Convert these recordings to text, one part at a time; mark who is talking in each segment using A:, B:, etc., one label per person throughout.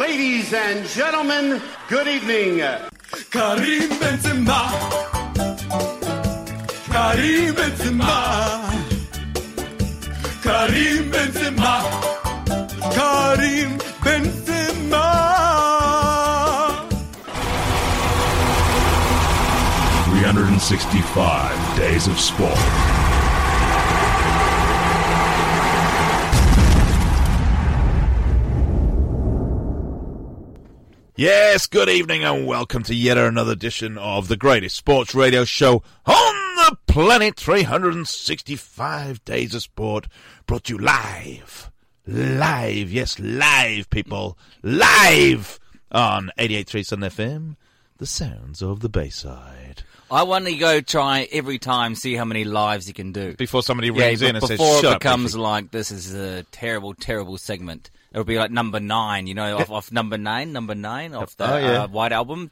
A: Ladies and gentlemen, good evening.
B: Uh,
C: Karim Benzema. Karim Benzema. Karim Benzema. Karim Benzema.
B: 365 days of sport. Yes, good evening and welcome to yet another edition of the greatest sports radio show on the planet 365 days of sport brought to you live. Live, yes, live people. Live on 88.3 Sun FM, the sounds of the Bayside.
D: I want to go try every time, see how many lives he can do.
B: Before somebody
D: Yeah,
B: rings
D: but
B: in and
D: before
B: says, "Shut
D: it
B: up,
D: becomes
B: Richie."
D: like this is a terrible, terrible segment. It'll be like number nine, you know, off, off number nine, number nine, off the
B: Oh, yeah.
D: uh, White Album.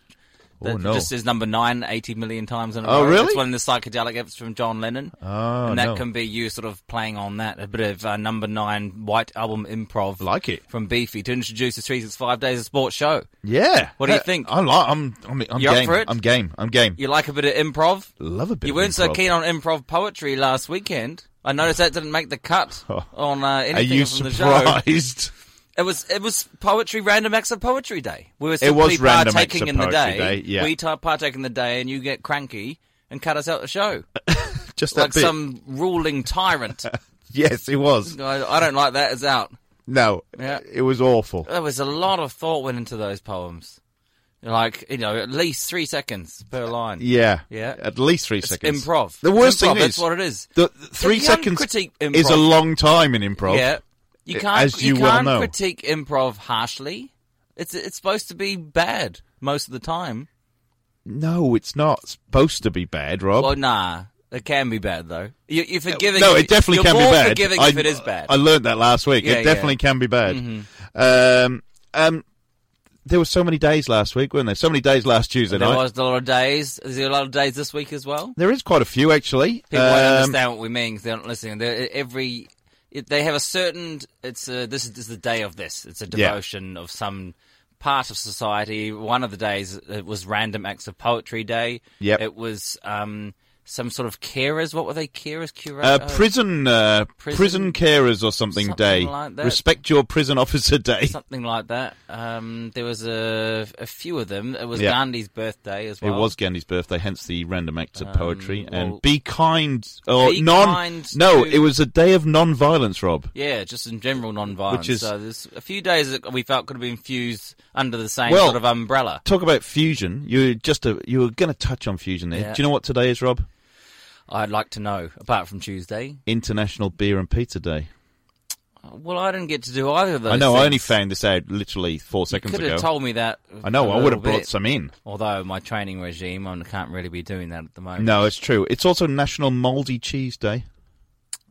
B: Oh,
D: That
B: no.
D: Just says number nine 80 million times in a
B: Oh,
D: row.
B: really?
D: It's one of the psychedelic efforts from John Lennon.
B: Oh,
D: and that
B: no.
D: can be you sort of playing on that, a bit of uh, number nine White Album improv.
B: Like it. Mm.
D: From Beefy to introduce the 365 Days of Sports show.
B: Yeah.
D: What do you
B: That-
D: think?
B: I like. I'm. I'm. I'm
D: You up
B: game.
D: for it?
B: I'm game. I'm game.
D: You like a bit of improv?
B: Love a bit.
D: You
B: of
D: weren't so
B: improv.
D: keen on improv poetry last weekend. I noticed that didn't make the cut on uh,
B: Oh. Are
D: anything
B: you
D: from the show.
B: surprised?
D: It was it was poetry random acts of poetry day. We were simply
B: was random acts
D: partaking
B: of
D: in the day.
B: poetry day, yeah.
D: We t- partake in the day, and you get cranky and cut us out the show
B: Just that
D: like
B: bit.
D: some ruling tyrant.
B: Yes, it was.
D: I, I don't like that. It's out.
B: No,
D: Yeah. Uh,
B: it was awful.
D: There was a lot of thought went into those poems. Like you know, at least three seconds per line.
B: Yeah.
D: Yeah.
B: At least three
D: It's
B: seconds.
D: improv.
B: The worst
D: Improv,
B: thing
D: that's
B: is
D: what it is.
B: The, the three
D: can't
B: seconds
D: critique
B: is
D: improv.
B: a long time in improv.
D: Yeah, you can't.
B: Oh. as you
D: you,
B: well
D: can't
B: know.
D: critique improv harshly. It's it's supposed to be bad most of the time.
B: No, it's not supposed to be bad, Rob.
D: Well, nah, it can be bad though. You, you're forgiving.
B: no,
D: if-
B: it
D: you're
B: definitely can
D: more
B: be bad.
D: Forgiving
B: I,
D: if it is bad.
B: I learned that last week.
D: Yeah, Mm-hmm.
B: it definitely
D: yeah.
B: can be bad. Um, um, there were so many days last week, weren't there? So many days last Tuesday
D: there
B: night.
D: was a lot of days. Is there a lot of days this week as well?
B: There is quite a few actually.
D: People don't
B: Um,
D: understand what we mean because they're not listening. They're, e, every it- they have a certain. It's a, this, is, this is the day of this. It's a
B: Yeah.
D: devotion of some part of society. One of the days uh, it was Random Acts of Poetry Day.
B: Yep.
D: It was um, some sort of carers. What were they? Carers, curators.
B: Uh, prison, uh, prison,
D: Prison-
B: carers or something,
D: Something
B: day.
D: like that.
B: Respect your prison officer day.
D: Something like that. Um, there was a, a few of them. It was
B: Yeah.
D: Gandhi's birthday as
B: It
D: well.
B: was Gandhi's birthday, hence the random acts of poetry.
D: Um, well-
B: and be kind or
D: Be
B: non.
D: kind
B: no,
D: to-
B: it was a day of non-violence, Rob.
D: Yeah, just in general non-violence.
B: Which is-
D: so there's a few days that we felt could have been fused under the same
B: Well-
D: sort of umbrella.
B: Talk about fusion. You just a, you were going to touch on fusion there.
D: Yeah.
B: Do you know what today is, Rob?
D: I'd like to know, apart from Tuesday.
B: International Beer and Pizza Day.
D: Well, I didn't get to do either of those.
B: I know. I only
D: things.
B: found this out literally four seconds
D: Could
B: ago.
D: have told me that.
B: I know.
D: a
B: I would have
D: little
B: brought
D: bit.
B: some in.
D: Although my training regime, I can't really be doing that at the moment.
B: No, it's true. It's also National Mouldy Cheese Day.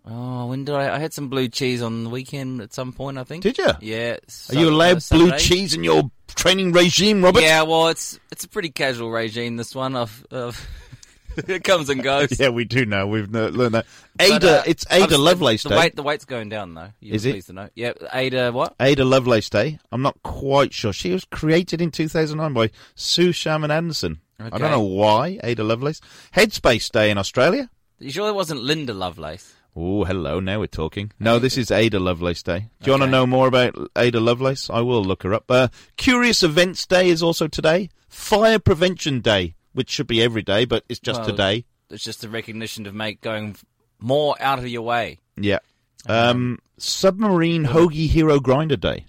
D: Oh, when did I? I had some blue cheese on the weekend at some point. I think.
B: Did ya?
D: Yeah.
B: Are you allowed blue
D: Saturday.
B: cheese in your training regime, Robert?
D: Yeah. Well, it's it's a pretty casual regime. This one. I've, I've it comes and goes.
B: Yeah, we do know. We've kn- learned that.
D: But,
B: Ada,
D: uh,
B: it's Ada
D: I've-
B: Lovelace
D: the
B: Day.
D: weight, the weight's going down though. You'll
B: Is
D: be
B: it?
D: Pleased to know. Yeah, Ada. What?
B: Ada Lovelace Day. I'm not quite sure. She was created in 2009 by Sue Sharman Anderson. I
D: Okay.
B: don't know why Ada Lovelace. Headspace Day in Australia.
D: You sure it wasn't Linda Lovelace?
B: Oh, hello. Now we're talking. No, this is Ada Lovelace Day. Do you want to
D: Okay.
B: know more about Ada Lovelace? I will look her up. Uh, Curious Events Day is also today. Fire Prevention Day, which should be every day, but it's just
D: Well-
B: today.
D: It's just a recognition of make going f- more out of your way.
B: Yeah. Um, Submarine Hoagie Hero Grinder Day.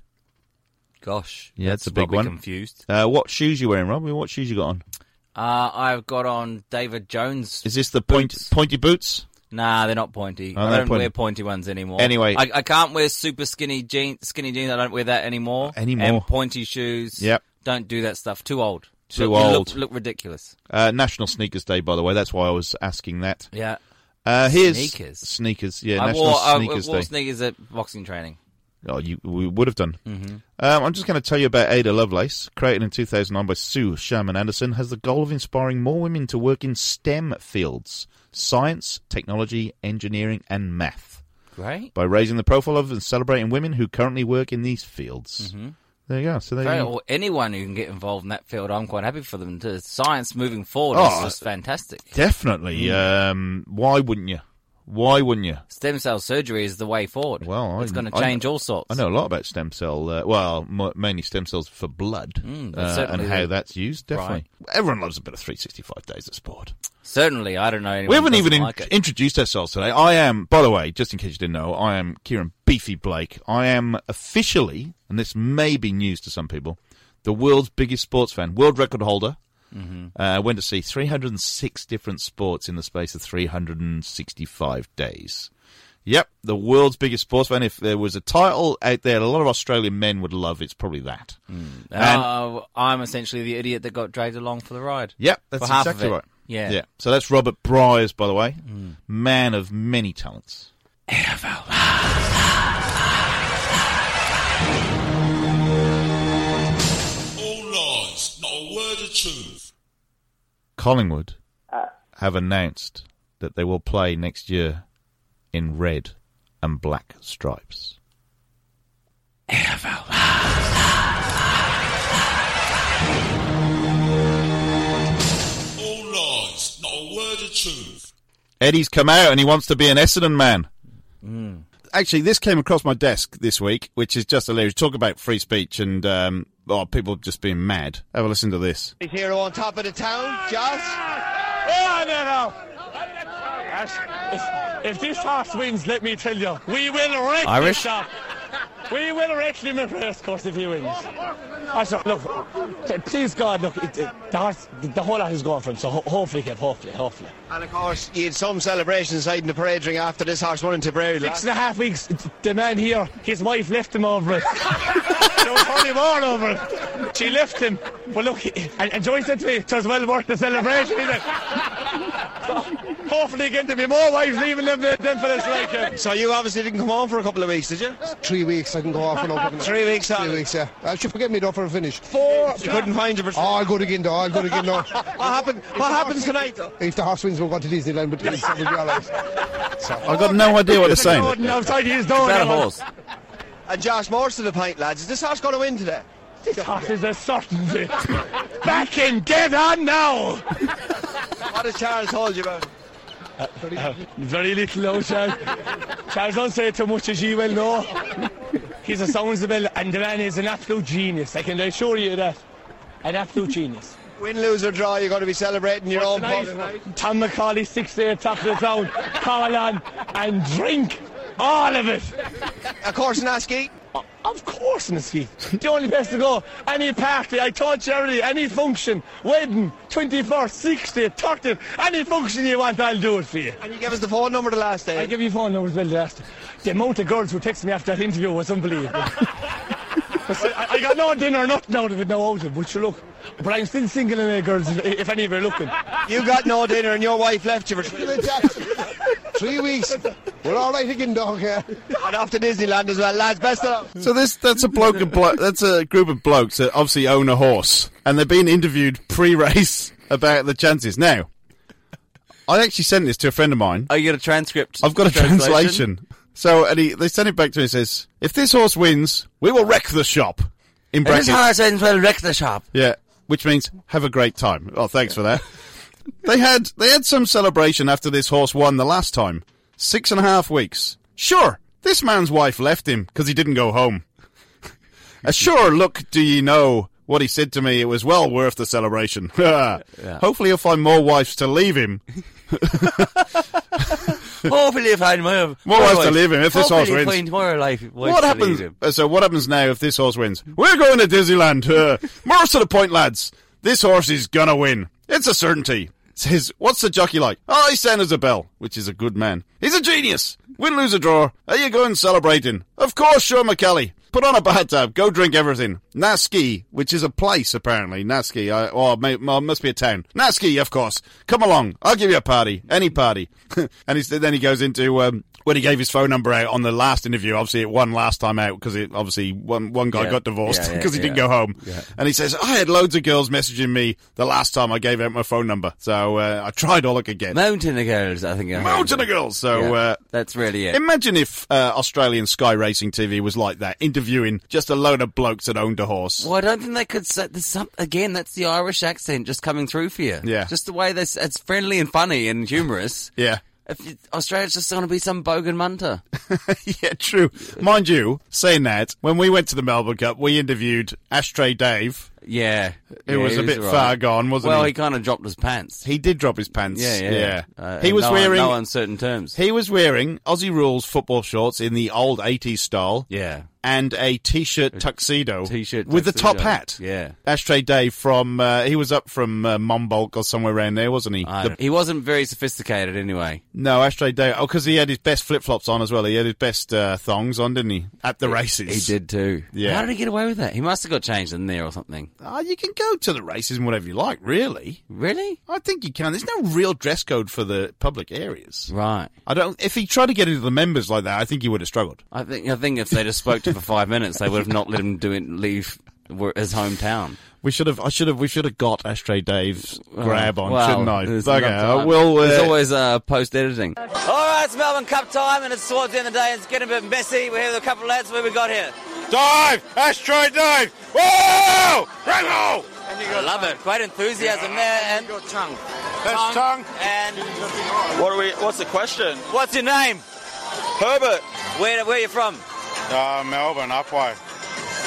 D: Gosh,
B: Yeah, that's a
D: got
B: big
D: me
B: one.
D: Confused.
B: Uh, what shoes you wearing, Rob? What shoes you got on?
D: Uh, I've got on David Jones.
B: Is this the point,
D: Boots.
B: pointy boots?
D: Nah, they're not pointy.
B: Oh,
D: I
B: they're
D: don't
B: pointy.
D: wear pointy ones anymore.
B: Anyway.
D: I, I can't wear super skinny jeans. Skinny jeans. I don't wear that anymore.
B: Anymore.
D: And pointy shoes.
B: Yep.
D: Don't do that stuff. Too old.
B: Too
D: Look-
B: old.
D: Look, look ridiculous.
B: Uh, National Sneakers Day, by the way. That's why I was asking that.
D: Yeah.
B: Uh, here's
D: Sneakers? Uh,
B: Sneakers, yeah.
D: I
B: National
D: wore, I wore
B: Sneakers Day.
D: sneakers at boxing training.
B: oh, you we would have done.
D: Mm-hmm.
B: Um, I'm just going to tell you about Ada Lovelace, created in 2009 by Sue Sherman Anderson, has the goal of inspiring more women to work in STEM fields: science, technology, engineering, and math.
D: Great. Mm-hmm.
B: by raising the profile of and celebrating women who currently work in these fields.
E: There you go. So there
D: Very-
E: you
D: Or anyone who can get involved in that field, I'm quite happy for them. To science moving forward
E: Oh.
D: is just fantastic.
E: Definitely. Um, why wouldn't you? Why wouldn't you?
D: Stem cell surgery is the way forward.
E: Well, I-
D: it's going to
E: I-
D: change all sorts.
E: I know a lot about stem cell. Uh, well, m- mainly stem cells for blood
D: that
E: uh, and
D: certainly
E: how
D: is.
E: that's used. Definitely, everyone loves a bit of 365 days of sport.
D: Certainly, I don't know. Anyone
E: We haven't
D: who doesn't
E: even in-
D: like it.
E: introduced ourselves today. I am, by the way, just in case you didn't know, I am Kieran Beefy Blake. I am officially, and this may be news to some people, the world's biggest sports fan, world record holder.
D: Mm-hmm.
E: Uh, went to see 306 different sports in the space of 365 days. Yep, the world's biggest sports fan. If there was a title out there, a lot of Australian men would love. It's probably that. And-
D: Uh, I'm essentially the idiot that got dragged along for the ride.
E: Yep, that's
D: half of
E: exactly
D: it.
E: right.
D: Yeah. Mm.
E: yeah. So that's Robert Bryars, by the way, man of many talents.
F: all lies, not a word of truth.
E: Collingwood have announced that they will play next year in red and black stripes.
F: All lies, not a word of truth.
E: Eddie's come out and he wants to be an Essendon man. Actually, this came across my desk this week, which is just hilarious. Talk about free speech and um, oh, people just being mad. Have a listen to this.
G: He's here on top of the town, just.
H: Oh, no, no. Ash, If, if this horse wins, let me tell you, we will wreck
D: Irish?
H: this shop. We will wreck him in first course if he wins. I said, look, t- please God, look, it, it, the, horse, the, the whole lot is going for him, so ho- hopefully, Kev, hopefully, hopefully.
G: And of course, you had some celebrations hiding the parade ring after this horse won in Tipperary.
H: Six and a half weeks, th- the man here, his wife left him over it. there was only more over it. She left him. But look, he- and, and Joy said to me, it was well worth the celebration, he said. So, hopefully getting to be more wives leaving them than than for this like him.
G: So you obviously didn't come home for a couple of weeks, did you?
I: Three weeks I can go off and open.
G: Three weeks
I: Three
G: on.
I: weeks, yeah. I should forget me though for a finish.
G: Four. You couldn't find your
I: Oh, I'll go again though. I'll go again though.
G: What happened? What happened tonight? though?
I: if the horse wins, we'll go to Disneyland, but it will be all right.
E: I've got no idea what they're saying.
H: Gordon outside his door.
D: About a
H: now.
D: horse.
G: And Josh Moore's to the pint, lads. Is this horse going to win today?
H: That is a certainty. Back in, get on now.
G: What has Charles told you about? it?
H: Very little, though, Charles. Charles don't say too much, as you well know. He's a sounds the bell, and the man is an absolute genius. I can assure you that. An absolute genius.
G: Win, lose or draw, you're going to be celebrating your own pub.
H: Tom McCauley, six day at top of the town. Call on and drink all of it.
G: Of course, Naski.
H: Of course, Mesquite. the only place to go. Any party, I taught you already, any function, wedding, 24th, 60th, 30th, any function you want, I'll do it for you.
G: And you gave us the phone number the last
H: I'll
G: day.
H: give you phone numbers, Bill. Last. The amount of girls who texted me after that interview was unbelievable. I, I got no dinner, nothing out of it, no out of it, but you look. But I'm still single anyway, girls, if, if any of you are looking.
G: You got no dinner and your wife left you for.
I: Three weeks. We're all right again though, yeah.
G: And off to Disneyland as well, lads. Best of luck.
B: So this that's a bloke of blo- that's a group of blokes that obviously own a horse and they're being interviewed pre-race about the chances. Now, I actually sent this to a friend of mine.
D: Oh, you got a transcript?
B: I've got a translation. So and he, they sent it back to me and says, "If this horse wins, we will wreck the shop." In
D: This
B: brackets.
D: horse ends well wreck the shop.
B: Yeah, which means have a great time. Oh, thanks for that. they had they had some celebration after this horse won the last time. Six and a half weeks. Sure, this man's wife left him because he didn't go home. a sure look, do ye know what he said to me? It was well worth the celebration. Hopefully, he'll find more wives to leave him.
D: Hopefully, if I more
B: More wives to leave him if this horse
D: Hopefully
B: wins.
D: find more life. wives
B: What
D: to
B: happens?
D: leave him.
B: uh, So what happens now if this horse wins? We're going to Disneyland. Uh, more to the point, lads. This horse is gonna win. It's a certainty. Says, what's the jockey like? Oh, he's San Isabel, which is a good man. He's a genius. Win, lose, or draw. Are you going celebrating? Of course, Sean McKelly. Put on a bathtub. Go drink everything. Naski, which is a place apparently. Naski, I, or may, well, must be a town. Naski, of course. Come along. I'll give you a party. Any party. and he's, then he goes into um, when he gave his phone number out on the last interview. Obviously, it won last time out because it obviously one one guy
D: Yeah.
B: got divorced
D: Yeah, yeah,
B: because he didn't
D: yeah.
B: go home. And he says, I had loads of girls messaging me the last time I gave out my phone number, so uh, I tried all I could get.
D: Mountain of girls, I think. I
B: Mountain
D: heard.
B: of girls. So
D: Yeah,
B: uh,
D: that's really it.
B: Imagine if uh, Australian Sky Racing TV was like that. Indiv- interviewing just a load of blokes that owned a horse.
D: Well, I don't think they could say there's some again. That's the Irish accent just coming through for you.
B: Yeah.
D: just the way this it's friendly and funny and humorous.
B: Yeah.
D: If you, Australia's just going to be some bogan munter.
B: yeah, true. Mind you, saying that, when we went to the Melbourne Cup, we interviewed Ashtray Dave.
D: Yeah,
B: It
D: Yeah,
B: was
D: he
B: a bit
D: all right.
B: far gone, wasn't
D: Well,
B: he?
D: he kind of dropped his pants.
B: He did drop his pants.
D: yeah, yeah. Uh,
B: he was
D: no,
B: wearing
D: no uncertain terms.
B: he was wearing Aussie Rules football shorts in the old 80s style.
D: yeah,
B: And a t-shirt tuxedo,
D: T-shirt
B: with the top
D: tuxedo.
B: hat.
D: Yeah.
B: Ashtray Dave from uh, he was up from uh, Mombolk or somewhere around there, wasn't he?
D: I
B: The-
D: don't- he wasn't very sophisticated anyway.
B: no, Ashtray Dave. Oh, because he had his best flip flops on as well. He had his best uh, thongs on, didn't he? At the
D: He
B: races,
D: did too.
B: Yeah.
D: How did he get away with that? He must have got changed in there or something.
B: Oh, you can go to the races and whatever you like, really.
D: Really?
B: I think you can. There's no real dress code for the public areas.
D: Right.
B: I don't. If he tried to get into the members like that, I think he would have struggled.
D: I think I think if they just spoke to him for five minutes, they would have not let him do it, leave wor- his hometown.
B: We should have. I should have. We should have got Ashtray Dave's grab on,
D: Well,
B: shouldn't I?
D: Oh, there's
B: Bugger.
D: enough time.
B: Well, uh,
D: there's always uh, post editing. All right, it's Melbourne Cup time, and it's towards the end of the day. It's getting a bit messy. We're here with a couple of lads. Where we got here?
B: dive, Ashtray Dave. Whoa, Rango.
D: I love it. Great enthusiasm there. And your tongue. That's tongue. And
J: What are we? What's the question?
D: what's your name?
J: Herbert.
D: Where where are you from?
B: Uh, Melbourne, up way.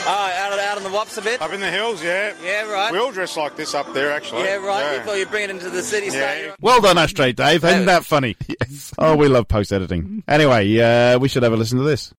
D: Oh, out, out on the wops a bit.
B: Up in the hills, yeah.
D: Yeah, right.
B: We all dress like this up there, actually.
D: Yeah, right. Before you bring it into the city, stay.
B: Well done, Ashtray Dave. Isn't that funny? Yes. Oh, we love post editing. Anyway, uh, we should have a listen to this.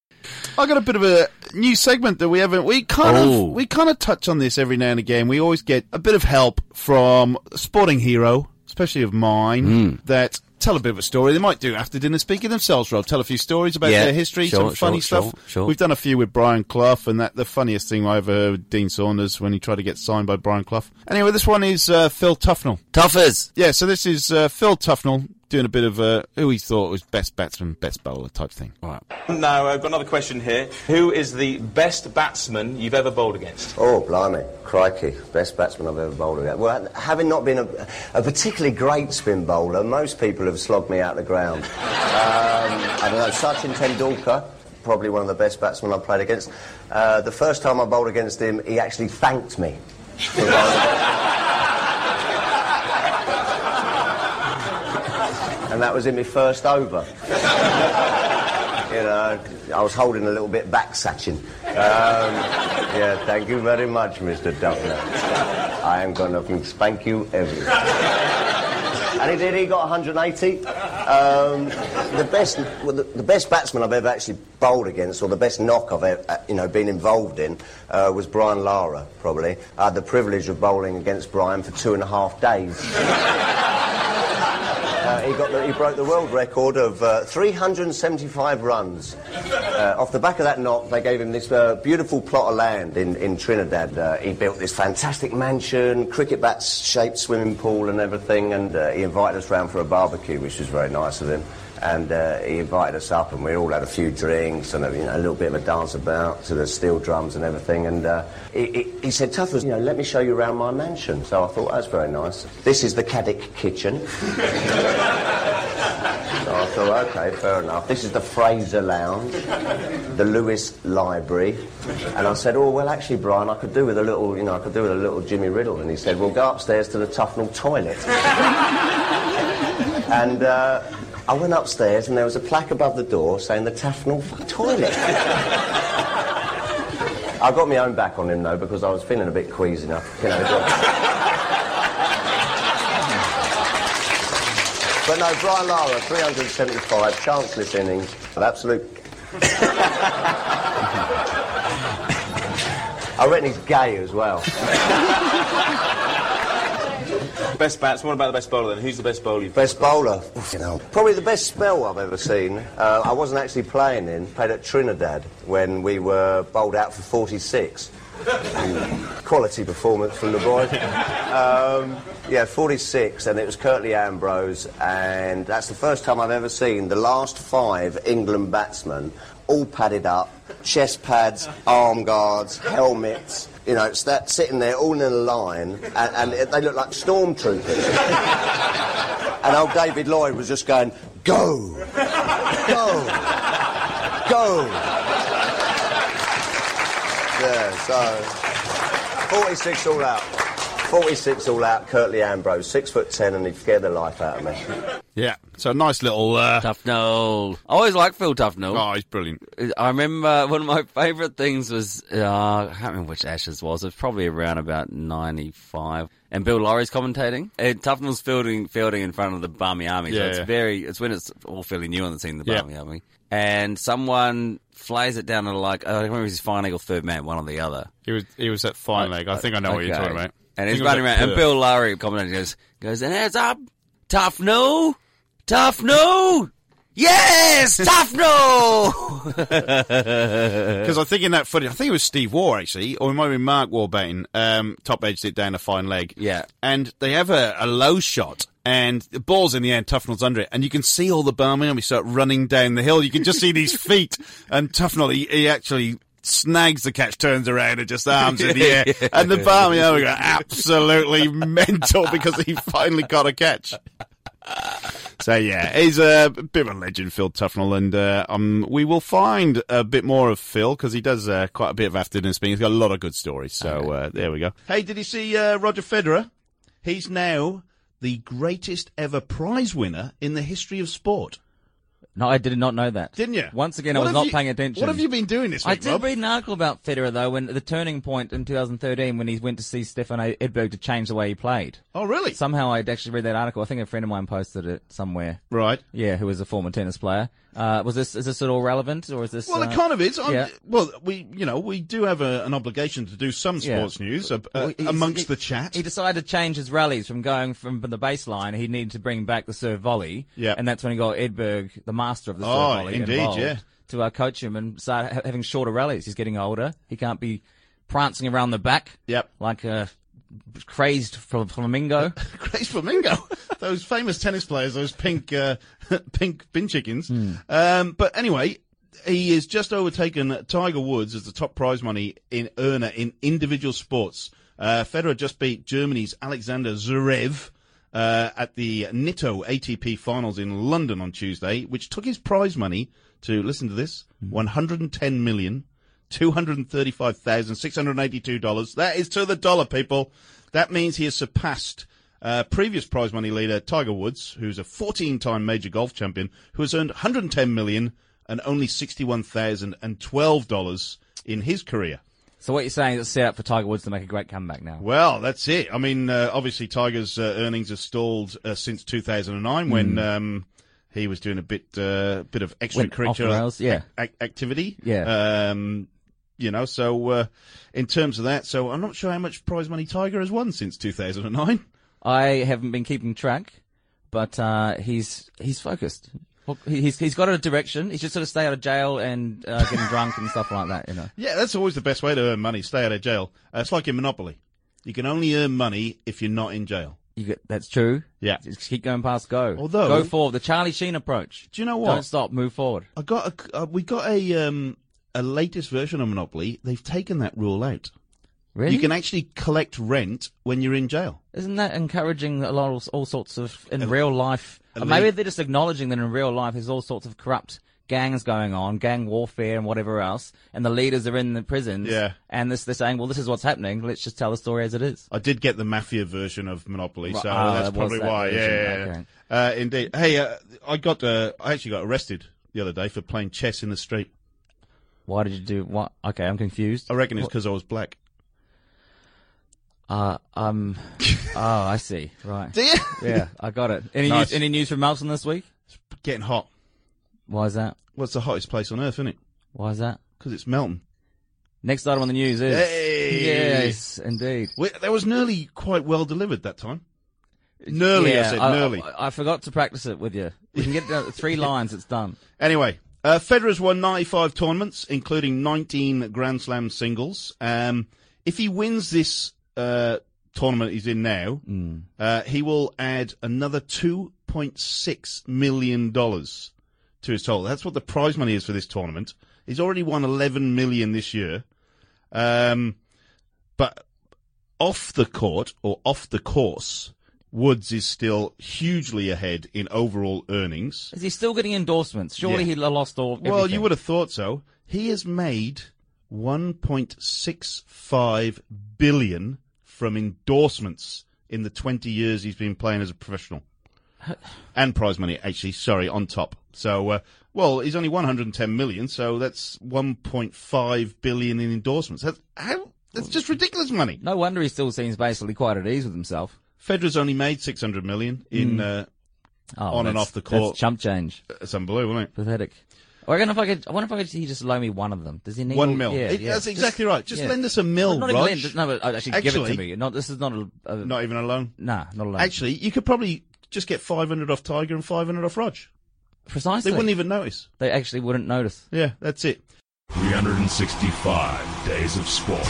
B: I got a bit of a new segment that we haven't. We kind
D: Oh.
B: of we kind of touch on this every now and again. We always get a bit of help from a sporting hero, especially of mine, that tell a bit of a story. They might do after dinner speaking themselves, Rob. Tell a few stories about
D: Yeah,
B: their history,
D: sure,
B: some funny
D: sure,
B: stuff.
D: sure, sure.
B: We've done a few with Brian Clough, and that the funniest thing I ever heard with Dean Saunders when he tried to get signed by Brian Clough. Anyway, this one is uh, Phil Tufnell.
D: Toughers.
B: Yeah, so this is uh, Phil Tufnell doing a bit of uh, who he thought was best batsman, best bowler type thing.
D: Right.
J: Now I've got another question here. Who is the best batsman you've ever bowled against?
G: Oh, blimey. Crikey. Best batsman I've ever bowled at. Well, having not been a, a particularly great spin bowler, most people have slogged me out of the ground. Um, I don't know. Sachin Tendulkar, probably one of the best batsmen I've played against. Uh, the first time I bowled against him, he actually thanked me. for bowling. and that was in my first over. You know, I was holding a little bit back, Sachin. Um, yeah, thank you very much, Mr. Duffner. I am going to spank you every. And he did. He got 180. Um, the best, well, the, the best batsman I've ever actually bowled against, or the best knock I've ever, uh, you know, been involved in, uh, was Brian Lara. Probably, I had the privilege of bowling against Brian for two and a half days. Uh, he, got the, he broke the world record of uh, 375 runs. Uh, off the back of that knock, they gave him this uh, beautiful plot of land in, in Trinidad. Uh, he built this fantastic mansion, cricket bat shaped swimming pool, and everything. And uh, he invited us round for a barbecue, which was very nice of him. And uh, he invited us up, and we all had a few drinks and a, you know, a little bit of a dance about to the steel drums and everything. And uh, he, he, he said, Tuffers, you know, let me show you around my mansion. So I thought, that's very nice. This is the Caddick kitchen. So I thought, okay, fair enough. This is the Fraser Lounge, the Lewis Library. And I said, oh, well, actually, Brian, I could do with a little, you know, I could do with a little Jimmy Riddle. And he said, well, go upstairs to the Tufnell toilet. and uh, I went upstairs, and there was a plaque above the door saying the Tufnell f- toilet. I got my own back on him, though, because I was feeling a bit queasy enough, you know. But no, Brian Lara, 375, chanceless innings, an absolute. I reckon he's gay as well.
J: Best batsman. What about the best bowler then? Who's the best bowler you've?
G: Best bowler, you know, probably the best spell I've ever seen. Uh, I wasn't actually playing in, played at Trinidad when we were bowled out for 46. Quality performance from the boys. Um, yeah, 46, and it was Curtly Ambrose, and that's the first time I've ever seen the last five England batsmen all padded up, chest pads, arm guards, helmets. You know, it's that sitting there all in a line, and, and they look like stormtroopers. And old David Lloyd was just going, go, go, go. So, 46 all out. 46 all out, Curtly Ambrose, six foot ten, and he'd scare the life out of me.
K: Yeah, so a nice little uh...
L: Tufnell. I always like Phil Tufnell.
K: Oh, he's brilliant.
L: I remember uh, one of my favourite things was uh, I can't remember which Ashes was. It was probably around about ninety five. And Bill Laurie's commentating. And Tufnell's fielding fielding in front of the Barmy Army. so
K: Yeah,
L: it's
K: yeah.
L: very it's when it's all fairly new on the scene, the
K: Yeah.
L: Barmy Army. And someone flays it down to like I remember he's fine eagle third man, one or the other.
K: He was he was at fine leg. I think I know what you're
L: Okay.
K: talking about.
L: And
K: I
L: he's
K: think it was
L: running
K: at
L: around, and
K: Perth.
L: Bill Lowry commenting goes, goes, and heads up, tough no, tough no, yes, tough no.
K: Because I think in that footage, I think it was Steve War actually, or it might be Mark Warbain, um, top edged it down a fine leg. Yeah. And they have a, a low shot. And the ball's in the air, Tufnell's under it, and you can see all the Birmingham. We start running down the hill. You can just see these feet, and Tufnell he, he actually snags the catch, turns around, and just arms in the air. And the Birmingham got absolutely mental because he finally got a catch. So yeah, he's a bit of a legend, Phil Tufnell, and uh, um, we will find a bit more of Phil because he does uh, quite a bit of after dinner speaking. He's got a lot of good stories. So uh, there we go.
B: Hey, did you see uh, Roger Federer? He's now the greatest ever prize winner in the history of sport.
D: No, I did not know that.
B: Didn't you?
D: Once again,
B: What
D: I was
B: have
D: not
B: you-
D: paying attention.
B: what have you been doing this
D: I
B: week,
D: did
B: Rob?
D: read an article about Federer though, when the turning point in 2013 when he went to see Stefano Edberg to change the way he played.
B: Oh, really?
D: Somehow I'd actually read that article. I think a friend of mine posted it somewhere.
B: Right.
D: Yeah, who was a former tennis player. Uh, was this is this at all relevant or is this?
B: Well,
D: uh,
B: it kind of is. I'm,
D: yeah.
B: Well, we you know we do have a, an obligation to do some
D: Yeah.
B: sports news uh,
D: Well,
B: uh,
D: he's-
B: amongst
D: he-
B: the chat.
D: He decided to change his rallies from going from the baseline. He needed to bring back the serve volley.
B: Yeah.
D: And that's when he got Edberg, the master of the serve
B: Oh,
D: volley,
B: indeed,
D: involved
B: yeah.
D: to uh, coach him and start ha- having shorter rallies. He's getting older. He can't be prancing around the back.
B: Yep.
D: Like a crazed fl- flamingo.
B: Grace Flamingo, those famous tennis players, those pink uh, pink bin chickens. Um, but anyway, he has just overtaken Tiger Woods as the top prize money in earner in individual sports. Uh, Federer just beat Germany's Alexander Zverev. Uh, at the Nitto ATP finals in London on Tuesday, which took his prize money to, listen to this, $110 million, $235,682. That is to the dollar, people. That means he has surpassed uh, previous prize money leader Tiger Woods, who's a 14-time major golf champion, who has earned 110 million and only 61,012 dollars in his career.
D: So what you're saying is it's set up for Tiger Woods to make a great comeback now.
B: Well, that's it. I mean, uh, obviously Tiger's uh, earnings have stalled uh, since 2009 when um, he was doing a bit uh, bit of
D: Went off the
B: extracurricular
D: rails, yeah.
B: ac- activity.
D: Yeah.
B: Um, you know, so uh, in terms of that, so I'm not sure how much prize money Tiger has won since 2009.
D: I haven't been keeping track, but uh, he's he's focused. He- He's he's got a direction. He's just sort of stay out of jail and uh, getting drunk and stuff like that, you know.
B: Yeah, that's always the best way to earn money. Stay out of jail. Uh, it's like in Monopoly. You can only earn money if you're not in jail.
D: You get that's true.
B: Yeah,
D: just keep going past go.
B: Although-
D: go forward, the Charlie Sheen approach.
B: Do you know what?
D: Don't stop, move forward.
B: I got a, uh, we got a um, a latest version of Monopoly. They've taken that rule out.
D: Really?
B: You can actually collect rent when you're in jail.
D: Isn't that encouraging a lot of all sorts of in real life?
B: a
D: Or maybe
B: league-
D: they're just acknowledging that in real life there's all sorts of corrupt gangs going on, gang warfare and whatever else, and the leaders are in the prisons.
B: Yeah.
D: And this they're saying, well, this is what's happening. Let's just tell the story as it is.
B: I did get the mafia version of Monopoly,
D: Right,
B: so
D: ah,
B: that's
D: it was
B: probably
D: that
B: why.
D: version,
B: Yeah, yeah, yeah.
D: okay.
B: Uh, indeed. Hey, uh, I got uh, I actually got arrested the other day for playing chess in the street.
D: Why did you do what? Okay, I'm confused.
B: I reckon it's
D: What-
B: because I was black.
D: Uh, um, oh, I see. Right.
B: Do you?
D: Yeah, I got it. Any
B: Nice.
D: news, any news from Melton this week?
B: Getting hot.
D: Why is that?
B: Well, it's the hottest place on earth, isn't it?
D: Why is that?
B: Because it's Melton.
D: Next item on the news is.
B: Hey!
D: Yes, indeed.
B: We, that was nearly quite well delivered that time. Nearly, I
D: Yeah,
B: said,
D: I,
B: nearly.
D: I, I forgot to practice it with you. We can get down to three lines, it's done.
B: Anyway, uh, Federer's won 95 tournaments, including 19 Grand Slam singles. Um, if he wins this uh, tournament he's in now, uh, he will add another 2.6 million dollars to his total. That's what the prize money is for this tournament. He's already won 11 million this year. Um, but off the court or off the course, Woods is still hugely ahead in overall earnings.
D: Is he still getting endorsements? Surely
B: Yeah.
D: he lost all.
B: Well,
D: everything.
B: you would have thought so. He has made 1.65 billion from endorsements in the 20 years he's been playing as a professional. And prize money, actually, sorry, on top. So, uh, well, he's only 110 million, so that's 1.5 billion in endorsements. That's, how, that's just ridiculous money.
D: No wonder he still seems basically quite at ease with himself.
B: Federer's only made 600 million in,
D: Mm.
B: uh,
D: Oh,
B: on and
D: that's-
B: off the court.
D: that's chump change.
B: It's unbelievable, isn't it?
D: Pathetic. I reckon if I could, I wonder if I could, he just loan me one of them. Does he need
B: One
D: all-
B: mil.
D: Yeah,
B: It-
D: yeah.
B: That's exactly right. Just lend us a mil,
D: Not even
B: Rog.
D: lend, no, but oh, actually, give it to me. Not this is not a,
B: not even a loan.
D: Nah, not a loan.
B: Actually, you could probably just get 500 off Tiger and 500 off Rog.
D: Precisely.
B: They wouldn't even notice.
D: They actually wouldn't notice.
B: Yeah, that's it.
M: 365 days of sport.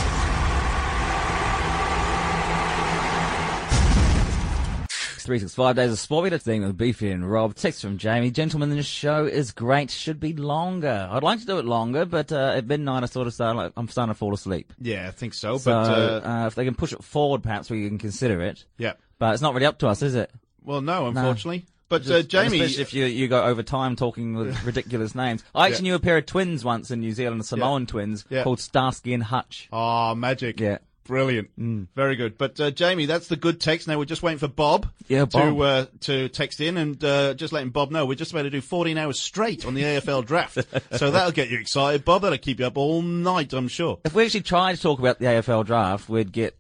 D: Three six five days of sport. We did a thing with Beefy and Rob. Text from Jamie. Gentlemen, this show is great. Should be longer. I'd like to do it longer, but uh, at midnight I sort of start. Like, I'm starting to fall asleep.
B: Yeah, I think so.
D: So,
B: but uh,
D: uh, if they can push it forward, perhaps we can consider it.
B: Yeah.
D: But it's not really up to us, is it?
B: Well, no,
D: No.
B: unfortunately. But
D: Just-
B: uh,
D: and
B: Jamie,
D: especially if you you go over time talking with ridiculous names. I actually knew a pair of twins once in New Zealand, Samoan twins
B: Yeah.
D: called Starsky and Hutch.
B: Ah, magic.
D: Yeah. Mm.
B: Brilliant. Very good. But uh, Jamie, that's the good text. Now we're just waiting for Bob,
D: Yeah, Bob.
B: to uh, to text in and uh, just letting Bob know we're just about to do 14 hours straight on the AFL draft. So that'll get you excited, Bob. That'll keep you up all night, I'm sure.
D: If we actually tried to talk about the AFL draft, we'd get.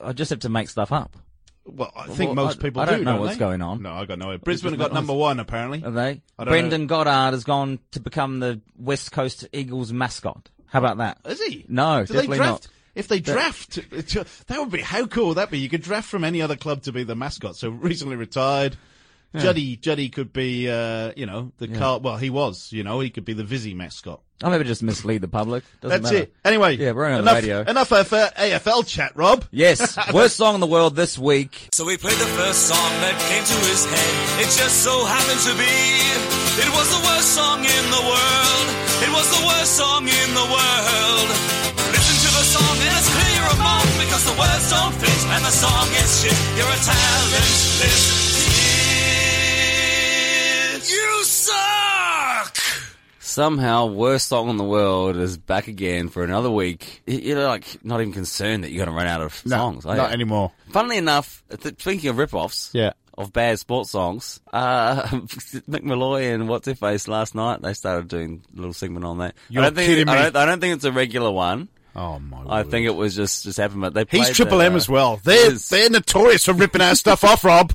D: I just have to make stuff up.
B: Well, I think
D: Well,
B: most
D: I-
B: people
D: I don't
B: do,
D: know
B: don't
D: what's
B: they?
D: going on.
B: No, I got no idea. Brisbane have got number one apparently.
D: Are they?
B: I don't
D: Brendan Goddard has gone to become the West Coast Eagles mascot. How about that?
B: Is he?
D: No,
B: Do
D: definitely
B: they draft?
D: not.
B: If they
D: That-
B: draft, that would be how cool would that be? You could draft from any other club to be the mascot. So recently retired,
I: Yeah.
B: Juddy Juddy could be, uh, you know, the
I: Yeah.
B: car. Well, he was, you know, he could be the Vizzy mascot.
D: I'll maybe just mislead the public. Doesn't
B: That's
D: matter.
B: it. Anyway,
D: yeah, we're on the
B: enough,
D: radio.
B: Enough of uh, AFL chat, Rob.
D: Yes, worst song in the world this week.
N: So he played the first song that came to his head. It just so happened to be. It was the worst song in the world. It was the worst song in the world. Listen to the song and it's clear you're a mom because the words don't fit and the song is shit. You're a talentless kid. You suck!
H: Somehow, worst song in the world is back again for another week. Y- You're like not even concerned that you're going to run out of songs. are
D: eh?
I: not
H: you?
I: anymore.
H: Funnily enough, th- speaking of rip-offs,
I: Yeah.
H: of bad sports songs, uh, Mick Malloy and What's Her Face last night they started doing a little segment on that.
I: You're
H: I don't think,
I: kidding
H: I
I: me.
H: don't, I don't think it's a regular one.
I: Oh my!
H: I think it was just just happened. But they
I: He's
H: played
I: Triple
H: that,
I: M
H: uh,
I: as well. They're they're notorious for ripping our stuff off, Rob.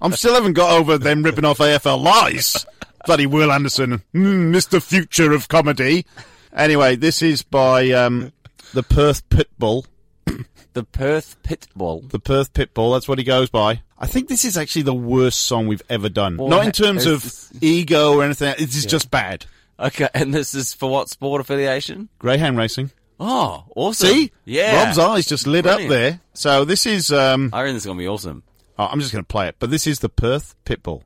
I: I'm still haven't got over them ripping off AFL lies. Bloody Will Anderson, mm, Mr. Future of comedy. Anyway, this is by um, the Perth Pitbull.
H: the Perth Pitbull.
I: The Perth Pitbull. That's what he goes by. I think this is actually the worst song we've ever done.
H: Well,
I: Not in
H: ha-
I: terms
H: it's-
I: of ego or anything. This is just bad.
H: Okay, and this is for what sport affiliation?
I: Greyhound racing.
H: Oh, awesome!
I: See?
H: yeah,
I: Rob's eyes just lit
H: Brilliant.
I: up there. So this is. Um,
H: I reckon this is going to be awesome.
I: Oh, I'm just going to play it. But this is the Perth Pitbull.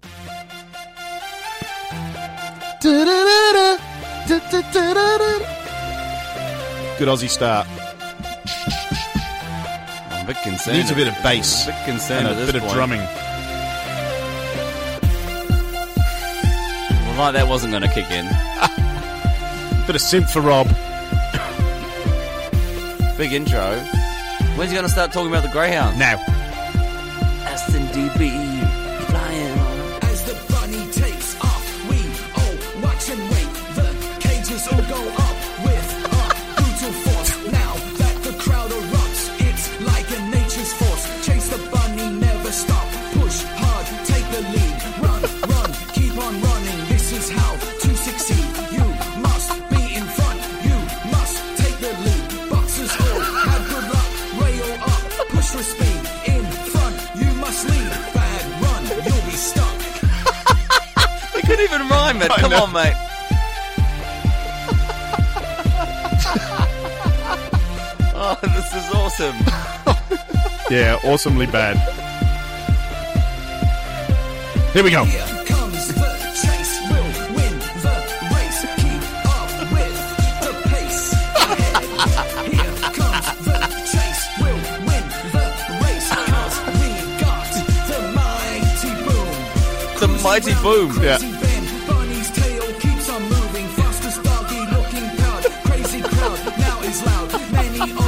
I: Good Aussie start.
H: I'm a bit concerned.
I: Needs a bit of
H: I'm
I: bass.
H: a bit concerned
I: and
H: at
I: a
H: this
I: bit
H: point.
I: of drumming.
H: Well, like that wasn't going to kick in.
I: Bit of synth for Rob.
H: Big intro. When's he going to start talking about the Greyhound?
I: Now.
H: Aston DB flying.
F: As the bunny takes off, we all watch and wait. The cages all go up with a brutal force. Now that the crowd erupts, it's like a nature's force. Chase the bunny, never stop. Push hard, take the lead. Run, run, keep on running. This is how to succeed. You must be in front. You must take the lead. Boxers all have good luck. Rail up, push for speed. In front, you must lead. Bad run, you'll be stuck.
H: They couldn't even rhyme it.
F: I
H: Come
F: know.
H: on, mate. oh, this is awesome.
I: Yeah, awesomely bad. Here we go.
F: Here comes the chase. We'll win the race. Keep up with the pace. Ahead. Here comes the chase. We'll win the race. Cause we got the mighty boom.
H: The mighty boom.
F: Crazy bend. Bunny's tail keeps on moving. Fastest doggy looking proud. Crazy crowd now is loud.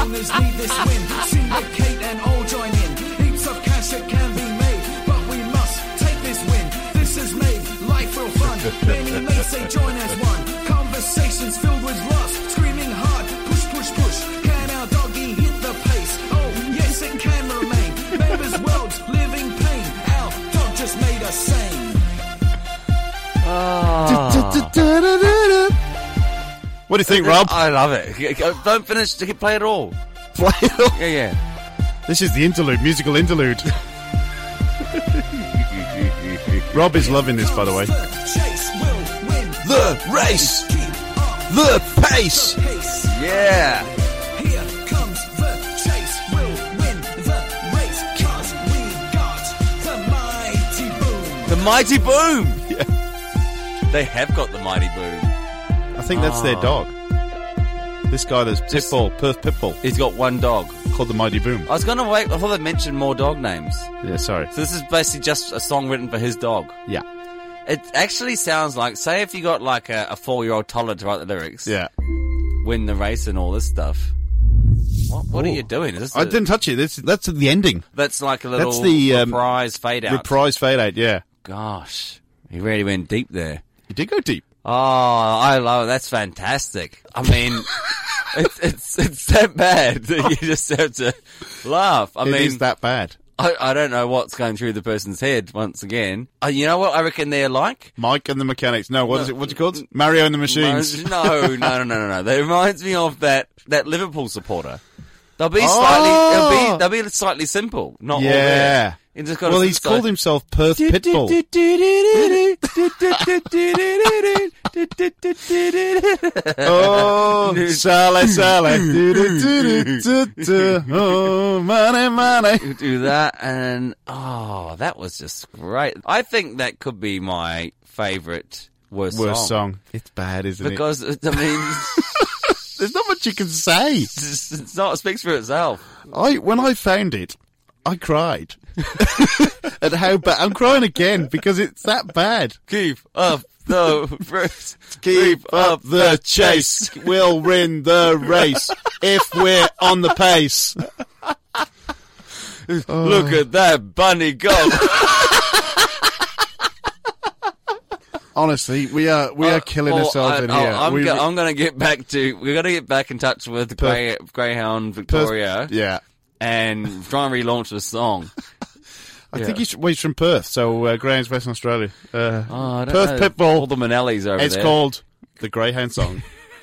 F: owners need this win. Syndicate and all join in. Heaps of cash that can be made, but we must take this win. This has made life real fun. Many mates say join as one. Conversations filled with lust, screaming hard. Push, push, push. Can our doggy hit the pace? Oh, yes, it can remain. Members, worlds, living pain. Our dog just made us sane.
O: What do you think, Rob?
I: I love it. Don't finish. Play it all.
O: Play it all.
I: Yeah, yeah.
O: This is the interlude, musical interlude. Rob is loving this, by the way.
P: The race! The pace!
I: Yeah!
F: Here comes the chase. We'll win the race. Cause we got the mighty boom.
I: The mighty boom. They have got the mighty boom.
O: I think that's their
I: Ah.
O: dog. This guy, that's Pitbull, Perth Pitbull.
I: He's got one dog
O: called the Mighty Boom.
I: I was going to wait. I thought they mentioned more dog names.
O: Yeah, sorry.
I: So this is basically just a song written for his dog.
O: Yeah.
I: It actually sounds like, say, if you got like a, a four-year-old toddler to write the lyrics.
O: Yeah.
I: Win the race and all this stuff. What, what are you doing? Is this
O: I
I: a-
O: didn't touch it. That's that's the ending.
I: That's like a little
O: That's the um,
I: reprise fade out.
O: Reprise fade out. Yeah.
I: Gosh, he really went deep there.
O: He did go deep.
I: Oh, I love it. That's fantastic. I mean, it's, it's, it's that bad that you just have to laugh. I
O: It
I: mean,
O: is that bad.
I: I, I don't know what's going through the person's head once again. Uh, you know what I reckon they're like?
O: Mike and the Mechanics. No, what is it? What's it called? Mario and the Machines.
I: No, no, no, no, no, no. That reminds me of that, that Liverpool supporter. They'll be
O: Oh!
I: slightly, they'll be, they'll be slightly simple. Not all
O: yeah.
I: there. You just gotta
O: Well, he's
I: decide-
O: called himself Perth Pitbull. Oh, Sale, Sale. Du-du-du-du-du-du. Oh, money, money.
I: You do that, and oh, that was just great. I think that could be my favorite worst,
O: Worst song. It's bad, isn't it?
I: because it? I mean,
O: There's not much you can say.
I: it's, it's not. It speaks for itself.
O: I when I found it, I cried. At how bad I'm crying again because it's that bad.
I: Keep up the race.
O: Keep up the chase. We'll win the race if we're on the pace.
I: Look at that bunny go.
O: Honestly, we are we are killing
I: Well,
O: ourselves
I: Oh, I-
O: in
I: I'll-
O: here.
I: I'm,
O: We-
I: go- I'm going to get back to. We're going to get back in touch with Grey, Greyhound Victoria.
O: yeah.
I: and try and relaunch the song.
O: I
I: yeah.
O: think he's, well, he's from Perth, so uh, Graham's Western Australia. Uh,
I: Oh, I don't
O: Perth
I: know.
O: Pitbull.
I: All the Manellis over
O: It's
I: there.
O: called the Greyhound song.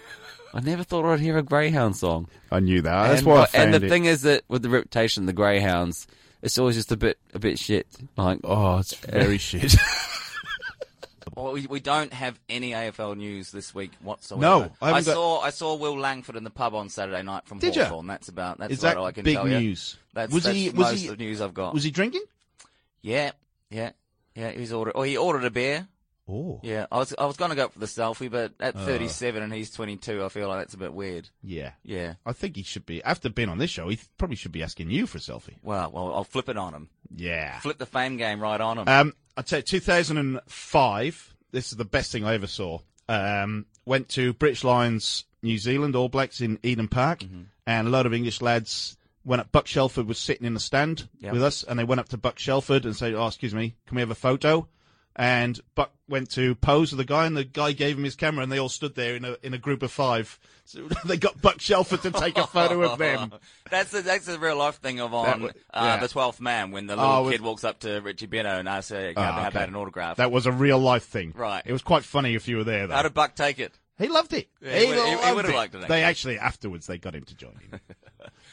I: I never thought I'd hear a Greyhound song.
O: I knew that. That's
I: and,
O: why I
I: what-
O: found
I: and the
O: it.
I: thing is that with the reputation, of the Greyhounds, it's always just a bit, a bit shit. Like,
O: oh, it's very shit.
D: Well, we, we don't have any AFL news this week whatsoever.
O: No, I
D: I,
O: haven't got-
D: saw I saw Will Langford in the pub on Saturday night from
O: Did ya?
D: Hawthorn. That's about that's
B: Is
D: about
B: that
D: all I can
B: big
D: tell
B: news?
D: you. That's,
B: Was
D: that's
B: he- was
D: most
B: he-
D: of the news I've got.
B: Was he drinking?
D: Yeah, yeah, yeah. He's ordered. Oh, he ordered a beer.
B: Oh.
D: Yeah, I was I was going to go for the selfie, but at
B: Uh.
D: 37 and he's 22, I feel like that's a bit weird.
B: Yeah.
D: Yeah.
B: I think he should be, after being on this show, he probably should be asking you for a selfie.
D: Well, well, I'll flip it on him.
B: Yeah.
D: Flip the fame game right on him.
B: Um, I'd say 2005, this is the best thing I ever saw. Um, went to British Lions New Zealand All Blacks in Eden Park, and a lot of English lads went up. Buck Shelford was sitting in the stand
O: Yeah.
B: with us, and they went up to Buck Shelford and said, Oh, excuse me, can we have a photo? And Buck went to pose with the guy, and the guy gave him his camera, and they all stood there in a in a group of five. So they got Buck Shelford to take a photo of them.
D: That's the, that's the real life thing of on
B: wa-
D: uh,
B: yeah.
D: the twelfth man when the
B: Oh,
D: little
B: with-
D: kid walks up to Richie Beno and asks, hey,
B: Ah,
D: how, how
B: okay.
D: about an autograph?
B: That was a real life thing.
D: Right.
B: It was quite funny if you were there, though.
D: how did Buck take it?
B: He loved it.
D: Yeah, he would- he- he
B: loved
D: would've liked it,
B: They
D: actually.
B: actually afterwards they got him to join in.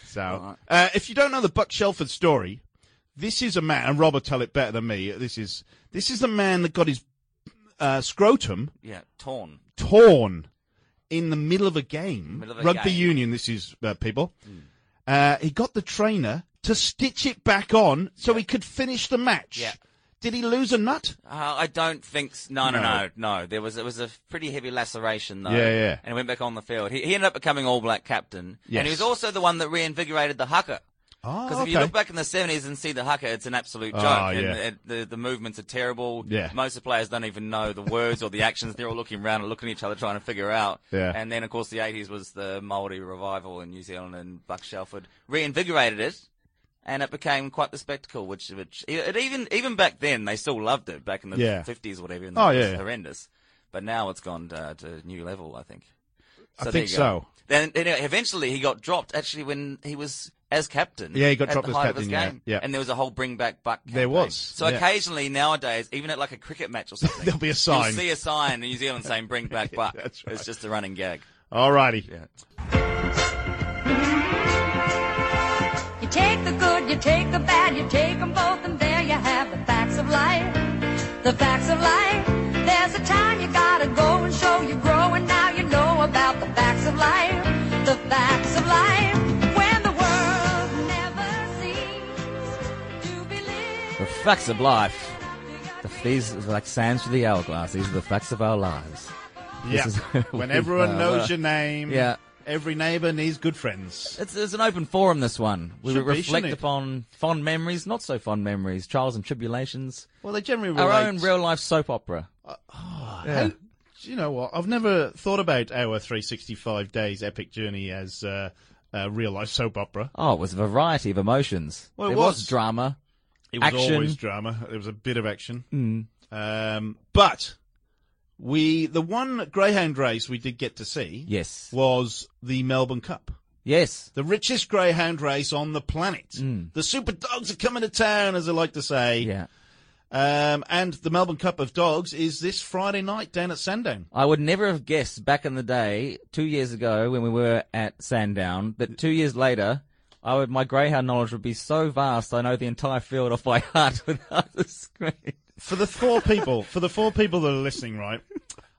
B: so,
D: Alright.
B: uh, if you don't know the Buck Shelford story, this is a man, and Rob will tell it better than me. This is this is the man that got his uh, scrotum
D: Yeah, torn.
B: torn in the middle of a game,
D: Middle of a
B: rugby
D: game. Hmm.
B: union. This is uh, people. Uh, he got the trainer to stitch it back on so he could finish the match.
D: Yeah.
B: Did he lose a nut?
D: Uh, I don't think. s- No, no,
B: No.
D: no, no, There was it was a pretty heavy laceration though.
B: Yeah, yeah.
D: And he went back on the field. He, he ended up becoming All Black captain, and
B: Yes.
D: he was also the one that reinvigorated the haka.
Q: Because if you
B: Oh, okay.
Q: look back in the 70s and see the haka, it's an absolute
B: Oh,
Q: joke. and
B: yeah.
Q: it, the, the movements are terrible.
B: Yeah.
Q: Most of the players don't even know the words or the actions. They're all looking around and looking at each other trying to figure out.
B: Yeah.
Q: And then, of course, the 80s was the Maori revival in New Zealand and Buck Shelford reinvigorated it. And it became quite the spectacle, which, which e, it even even back then they still loved it back in the
B: Yeah.
Q: 50s or whatever. And
B: Oh,
Q: it was
B: yeah.
Q: horrendous. But now it's gone uh, to new level, I think.
B: I
Q: there
B: think
Q: you go.
B: so.
Q: Then anyway, eventually he got dropped. Actually, when he was as captain.
B: Yeah, he got
Q: at
B: dropped
Q: the
B: as
Q: height of
B: captain,
Q: his
B: yeah,
Q: game.
B: yeah.
Q: And there was a whole bring back buck.
B: There
Q: campaign.
B: was,
Q: So
B: yeah.
Q: occasionally nowadays, even at like a cricket match or something,
B: There'll be
Q: You'll
B: a sign.
Q: see a sign in New Zealand saying "Bring back buck." It's just a running gag.
B: Alrighty.
I: You take the good, you take the bad, you take them both, and there you have the facts of life. The facts of life. There's a time you gotta go and show you grow, and now you know about the facts of life. The facts of life. When the world never seems to be lived.
D: The facts of life. The- these are like sands through the hourglass. These are the facts of our lives. This
B: Yeah.
D: is-
B: when
D: we
B: everyone
D: are-
B: knows your name.
D: Yeah.
B: Every neighbour needs good friends.
D: It's, it's an open forum, this one. We
B: Should be,
D: reflect
B: shouldn't it?
D: upon fond memories, not so fond memories, trials and tribulations.
B: Well, they generally
D: Our
B: relate.
D: own real life soap opera.
B: How- do you know what? I've never thought about our 365 days epic journey as uh, a real life soap opera.
D: Oh, it was a variety of emotions.
B: Well, it
D: there was,
B: was.
D: drama.
B: It was
D: action.
B: always drama. There was a bit of action.
D: Mm.
B: Um, but we, the one greyhound race we did get to see,
D: yes,
B: was the Melbourne Cup.
D: Yes,
B: the richest greyhound race on the planet. The super dogs are coming to town, as I like to say.
D: Hmm. Yeah.
B: Um, and the Melbourne Cup of Dogs is this Friday night down at Sandown.
D: I would never have guessed back in the day, two years ago when we were at Sandown, that two years later, I would my greyhound knowledge would be so vast. I know the entire field off by heart without a screen.
B: for the four people, for the four people that are listening, right?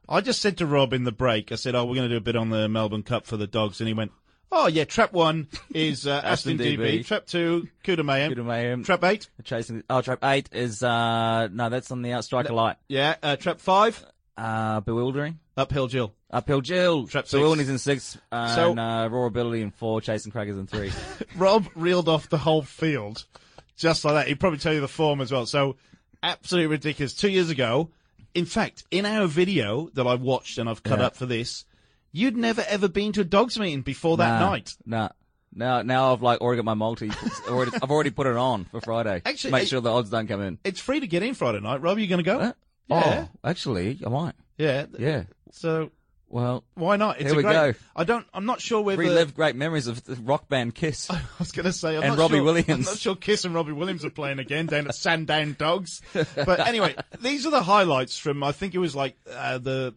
B: I just said to Rob in the break, I said, "Oh, we're going to do a bit on the Melbourne Cup for the dogs," and he went, "Oh yeah, trap one is uh, Aston, DB. trap two Cuda Mayhem, trap eight,
D: chasing. Oh, trap eight is uh no, that's on the outstrike
B: No,
D: light.
B: yeah, uh, trap five,
D: uh, bewildering,
B: uphill Jill,
D: uphill Jill,
B: trap
D: So
B: six.
D: Wilnie's in six, uh,
B: So-
D: and uh, raw ability in four, chasing crackers in three.
B: Rob reeled off the whole field just like that. He'd probably tell you the form as well. So absolutely ridiculous. Two years ago, in fact, in our video that I watched and I've cut
D: Yeah.
B: up for this, you'd never ever been to a dogs meeting before that
D: Nah,
B: night.
D: Nah. Now, now I've like already got my multi. it's already, I've already put it on for Friday.
B: Actually,
D: make
B: it-
D: sure the odds don't come in.
B: It's free to get in Friday night. Rob, are you going to go?
D: Oh,
B: Yeah.
D: actually, I might.
B: Yeah.
D: Yeah.
B: So,
D: well,
B: why not? It's
D: here
B: a
D: we
B: great,
D: go.
B: I don't. I'm not sure whether
D: Relive great memories of the rock band Kiss. I
B: was going to say, I'm
D: and
B: not
D: Robbie
B: sure- I'm
D: Williams.
B: not sure Kiss and Robbie Williams are playing again down at Sandown Dogs. But anyway, these are the highlights from I think it was like uh, the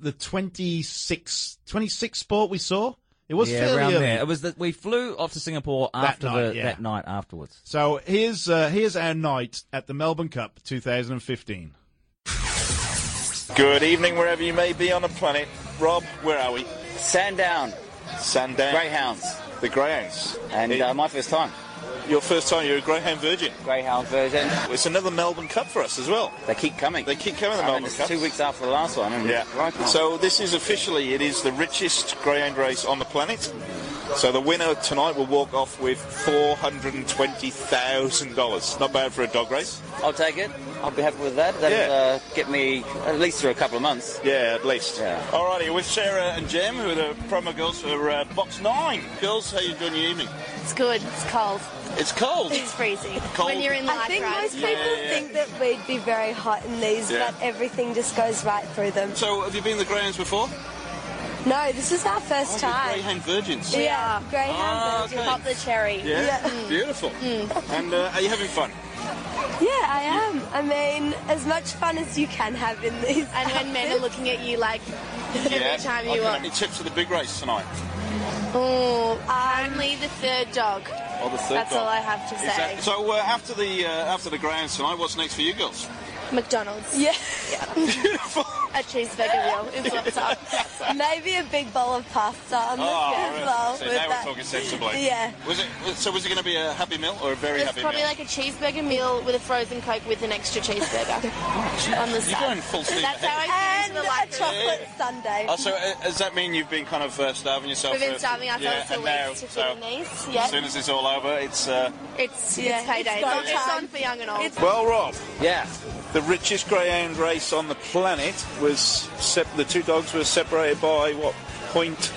B: the 26, 26 sport we saw. It was
D: yeah,
B: fairly
D: around
B: early.
D: there. It was that we flew off to Singapore
B: That
D: after
B: night,
D: the,
B: yeah.
D: that night afterwards.
B: So here's uh, here's our night at the Melbourne Cup 2015.
R: Good evening, wherever you may be on the planet. Rob, where are we? Sandown. Sandown. Greyhounds. The Greyhounds. And uh, my first time. Your first time, you're a Greyhound Virgin. Greyhound Virgin. It's another Melbourne Cup for us as well. They keep coming. They keep coming, the
Q: I mean,
R: Melbourne
Q: it's
R: Cup.
Q: two weeks after the last one, and
R: Yeah.
Q: right on.
R: So this is officially, it is the richest greyhound race on the planet. So the winner tonight will walk off with $420,000. Not bad for a dog race.
Q: I'll take it. I'll be happy with that. That'll uh, get me at least through a couple of months.
R: Yeah, at least.
Q: Yeah.
R: Alrighty, with Sarah and Jem, who are the promo girls for uh, Box 9. Girls, how you doing your evening?
F: It's good. It's cold.
R: It's cold.
F: It's freezing.
R: Cold.
F: When you're in
H: I
F: life,
H: think
F: right?
H: most people
R: Yeah.
H: think that we'd be very hot in these,
R: Yeah.
H: but everything just goes right through them.
R: So, have you been the Greyhounds before?
H: No, this is our
R: Oh,
H: first
R: you're
H: time.
R: Greyhound Virgins.
H: We are
R: Ah,
H: greyhound.
R: okay.
H: Pop the cherry.
R: Yeah, beautiful.
H: Mm.
R: And uh, are you having fun?
H: Yeah, I am. I mean, as much fun as you can have in these.
F: And when men are looking at you like every
R: yeah.
F: time
R: Okay,
F: you want.
R: Any tips for the big race tonight?
F: Oh,
H: Um,
F: only the third dog.
R: Or the third
F: That's
R: dog?
F: all I have to
R: Is that-
F: say.
R: so uh, after the uh, after the Greyhounds tonight, what's next for you girls?
F: McDonald's.
I: Yeah.
F: Beautiful.
I: A cheeseburger wheel is what's up. Maybe a big bowl of pasta on the
B: Oh,
I: as
B: really?
I: well.
B: so
I: with
B: now
I: that.
B: we're talking sensibly.
I: Yeah.
B: Was it? was- So was it going to be a happy meal or a very
F: It's
B: happy
F: probably
B: meal?
F: like a cheeseburger meal with a frozen coke with an extra cheeseburger on the
B: You're
F: side.
B: going full steam
F: That's
B: ahead.
F: how I finish the light
B: chocolate
I: sundae.
B: Oh, so uh, does that mean you've been kind of uh, starving yourself?
F: We've been
B: for-
F: starving ourselves
B: yeah,
F: for
B: and now,
F: weeks to
B: so
F: feed these, yeah.
B: As soon as it's all over, it's. Uh,
F: It's,
I: Yeah,
F: it's payday.
I: it's
F: It's,
I: go
F: on, it's
I: time.
F: on for young and old.
B: Well, Rob. Yeah. The richest greyhound race on the planet was sep- the two dogs were separated by what point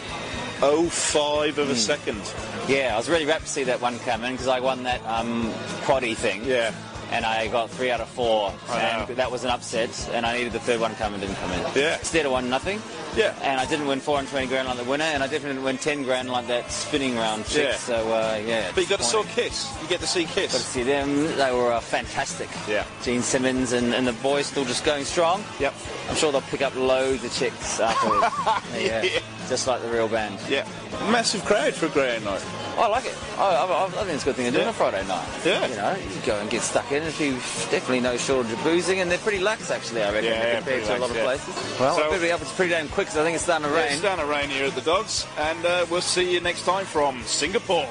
B: oh five of a second.
S: Yeah, I was really rapt to see that one come in because I won that um, quaddy thing. Yeah. And I got three out of four, and that was an upset. And I needed the third one come and didn't come in. Yeah. Instead, I won nothing. Yeah. And I didn't win four and twenty grand like the winner, and I definitely didn't win ten grand like that spinning round chick.
B: Yeah.
S: So uh, yeah.
B: But you got to saw
S: disappointing.
B: Kiss. You get to see Kiss.
S: Got to see them. They were uh, fantastic. Yeah. Gene Simmons and, and the boys still just going strong. Yep. I'm sure they'll pick up loads of chicks afterwards.
B: Yeah.
S: Just like the real band.
B: Yeah. Massive crowd for a greyhound night.
S: I like it. I, I, I think it's a good thing to do on
B: Yeah.
S: a Friday night.
B: Yeah.
S: You know, you go and get stuck in. If you definitely no shortage of boozing, and they're pretty lax actually. I reckon
B: Yeah, yeah,
S: compared to a lot
B: pretty lax,
S: of
B: yeah.
S: places. Well,
B: So-
S: I better be up. It's pretty damn quick because I think it's starting to
B: Yeah,
S: rain.
B: It's down to rain here at the Dogs, and uh, we'll see you next time from Singapore.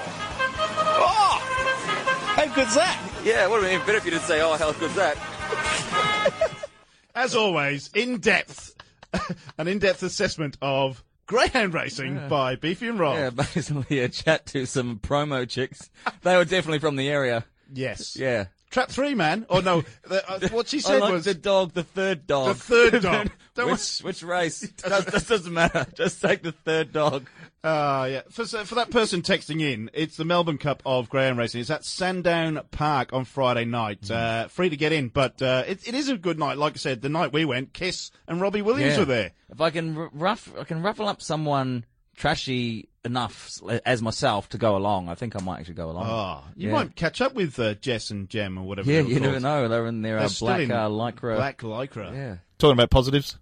B: Oh, how good's that?
S: Yeah, it would have been even better if you didn't say, "Oh, how good's that."
T: As always, in depth, an in depth assessment of greyhound racing by Beefy and Rob.
U: Yeah, basically a chat to some promo chicks. They were definitely from the area.
T: Yes.
U: Yeah.
T: Trap three, man. Or no, the, uh, what she
U: I
T: said
U: like
T: was
U: the dog, the third dog,
T: The third dog. That
U: which,
T: was-
U: which race? Does, this doesn't matter. Just take the third dog.
T: Ah, yeah. For, so for that person texting in, it's the Melbourne Cup of Greyhound Racing. It's at Sandown Park on Friday night.
U: Mm.
T: Uh, free to get in, but uh, it, it is a good night. Like I said, the night we went, Kiss and Robbie Williams
U: Yeah.
T: were there.
U: If I can r- rough, I can ruffle up someone trashy enough s- as myself to go along. I think I might actually go along.
M: Oh,
T: Ah, you
U: Yeah.
T: might catch up with uh, Jess and Jem or whatever.
U: Yeah,
T: they were
U: you never
T: called.
U: know. They're in their
T: They're
U: uh,
T: still
U: black
T: in
U: uh, lycra.
T: Black lycra.
U: Yeah.
M: Talking about positives.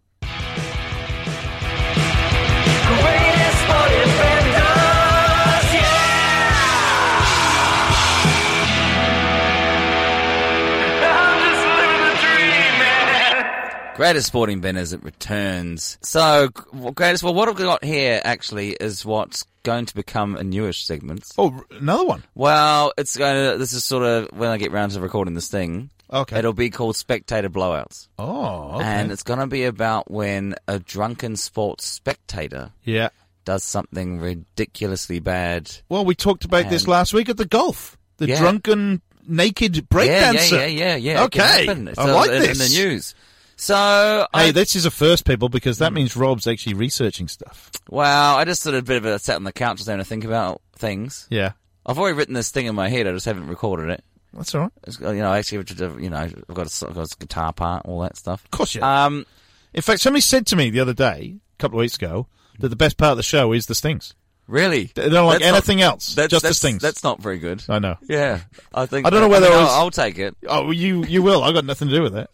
D: Greatest Sporting Banners, it returns. So, g- well, greatest, well, what I've got here actually is what's going to become a newish segment.
M: Oh, another one.
D: Well, it's going to, this is sort of when I get round to recording this thing.
M: Okay.
D: It'll be called Spectator Blowouts.
M: Oh, okay.
D: And it's going to be about when a drunken sports spectator
M: Yeah.
D: does something ridiculously bad.
M: Well, we talked about this
D: And-
M: last week at the golf. The
D: Yeah.
M: drunken naked breakdancer.
D: Yeah, yeah, yeah, yeah. yeah. It can
M: Okay.
D: happen.
M: I
D: So,
M: like
D: in,
M: this.
D: In the news. So,
M: Hey, this is a first, people, because that means Rob's actually researching stuff.
D: Well, I just did a bit of a sat on the couch just having to think about things.
M: Yeah.
D: I've already written this thing in my head. I just haven't recorded it.
M: That's all right.
D: It's got- you know, I actually, have to do- you know, I've got a, s- I've got a guitar part, all that stuff.
M: Of course you. Um, in fact, somebody said to me the other day, a couple of weeks ago, that the best part of the show is the stings.
D: Really?
M: They don't like
D: That's not-
M: anything else.
D: that's-
M: just
D: that's-
M: the stings.
D: That's not very good.
M: I know.
D: Yeah, I think.
M: I don't know whether
D: mean,
M: I
D: I'll,
M: was-
D: I'll take it.
M: Oh, well, you you will. I got nothing to do with that.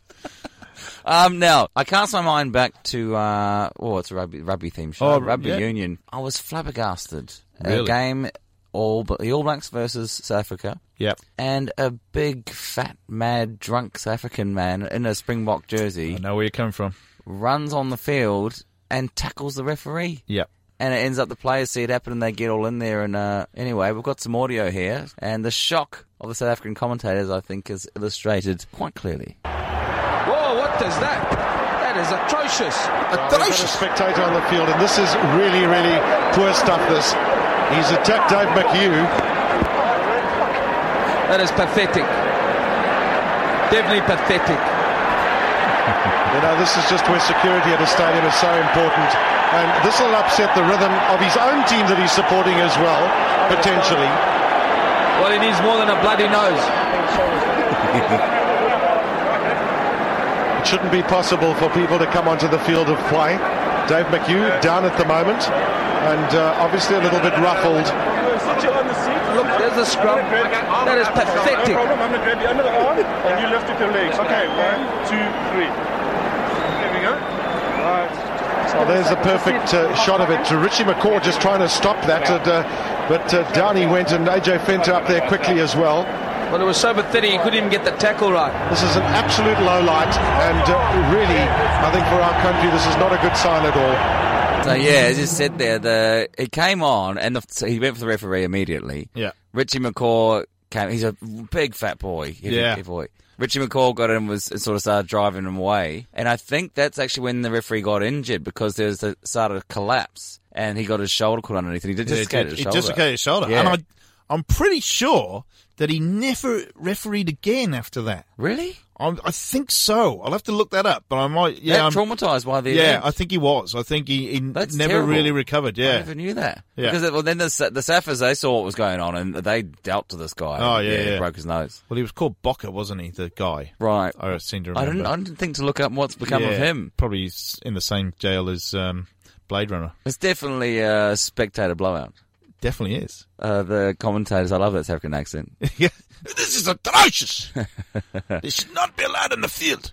D: Um, now I cast my mind back to uh, oh, it's a rugby rugby theme show,
M: Oh,
D: rugby
M: yeah.
D: union. I was flabbergasted. A
M: Really?
D: game all but the All Blacks versus South Africa.
M: Yep.
D: And a big fat mad drunk South African man in a Springbok jersey. I
M: know where you're coming from.
D: Runs on the field and tackles the referee.
M: Yep.
D: And it ends up the players see it happen and they get all in there. And uh, anyway, we've got some audio here, and the shock of the South African commentators, I think, is illustrated quite clearly.
H: Whoa, what is that? That is atrocious.
V: Atrocious. spectator on the field, and this is really, really poor stuff. This. He's attacked Dave McHugh.
H: That is pathetic. Definitely pathetic.
V: You know, this is just where security at a stadium is so important. And this will upset the rhythm of his own team that he's supporting as well, potentially.
H: Well, he needs more than a bloody nose.
V: It shouldn't be possible for people to come onto the field of play. Dave McHugh down at the moment and uh, obviously a little bit ruffled.
H: Look, there's a scrum. That is pathetic.
W: I'm gonna grab the under the arm and you lift with your legs. Okay, one, two, three. There we go.
V: Oh, there's a perfect uh, shot of it to Richie McCaw just trying to stop that. And, uh, but uh, down he went and AJ Fenter up there quickly as well.
F: But it was so pathetic he couldn't even get the tackle right.
X: This is an absolute low light, and uh, really, I think for our country, this is not a good sign at all.
D: So yeah, as you said there, the it came on and the, so he went for the referee immediately.
Y: Yeah.
D: Richie McCaw came. He's a big fat boy. heavy-
Y: Yeah.
D: heavy boy. Richie McCaw got in and was and sort of started driving him away, and I think that's actually when the referee got injured because there was a started a collapse and he got his shoulder caught underneath and he did
B: Yeah,
D: dislocate his
B: he
D: shoulder.
B: dislocated his shoulder.
D: Yeah.
B: And I, I'm pretty sure that he never refereed again after that.
D: Really?
B: i I think so. I'll have to look that up, but I might. Yeah,
D: That
B: I'm-
D: traumatised by the
B: Yeah,
D: event.
B: I think he was. I think he, he never
D: terrible.
B: really recovered. Yeah,
D: I never knew that.
B: Yeah.
D: Because well, then the Sa- the Saffers they saw what was going on and they dealt to this guy.
B: Oh
D: And,
B: yeah, yeah,
D: he broke his nose.
B: Well, he was called Bocker, wasn't he? The guy,
D: right?
B: I seem to
D: I
B: remember.
D: didn't. I didn't think to look up what's become of
B: Yeah,
D: him.
B: Probably he's in the same jail as um, Blade Runner.
D: It's definitely a spectator blowout.
B: Definitely is.
D: Uh, the commentators, I love that South African accent.
B: This is atrocious. they should not be allowed in the field.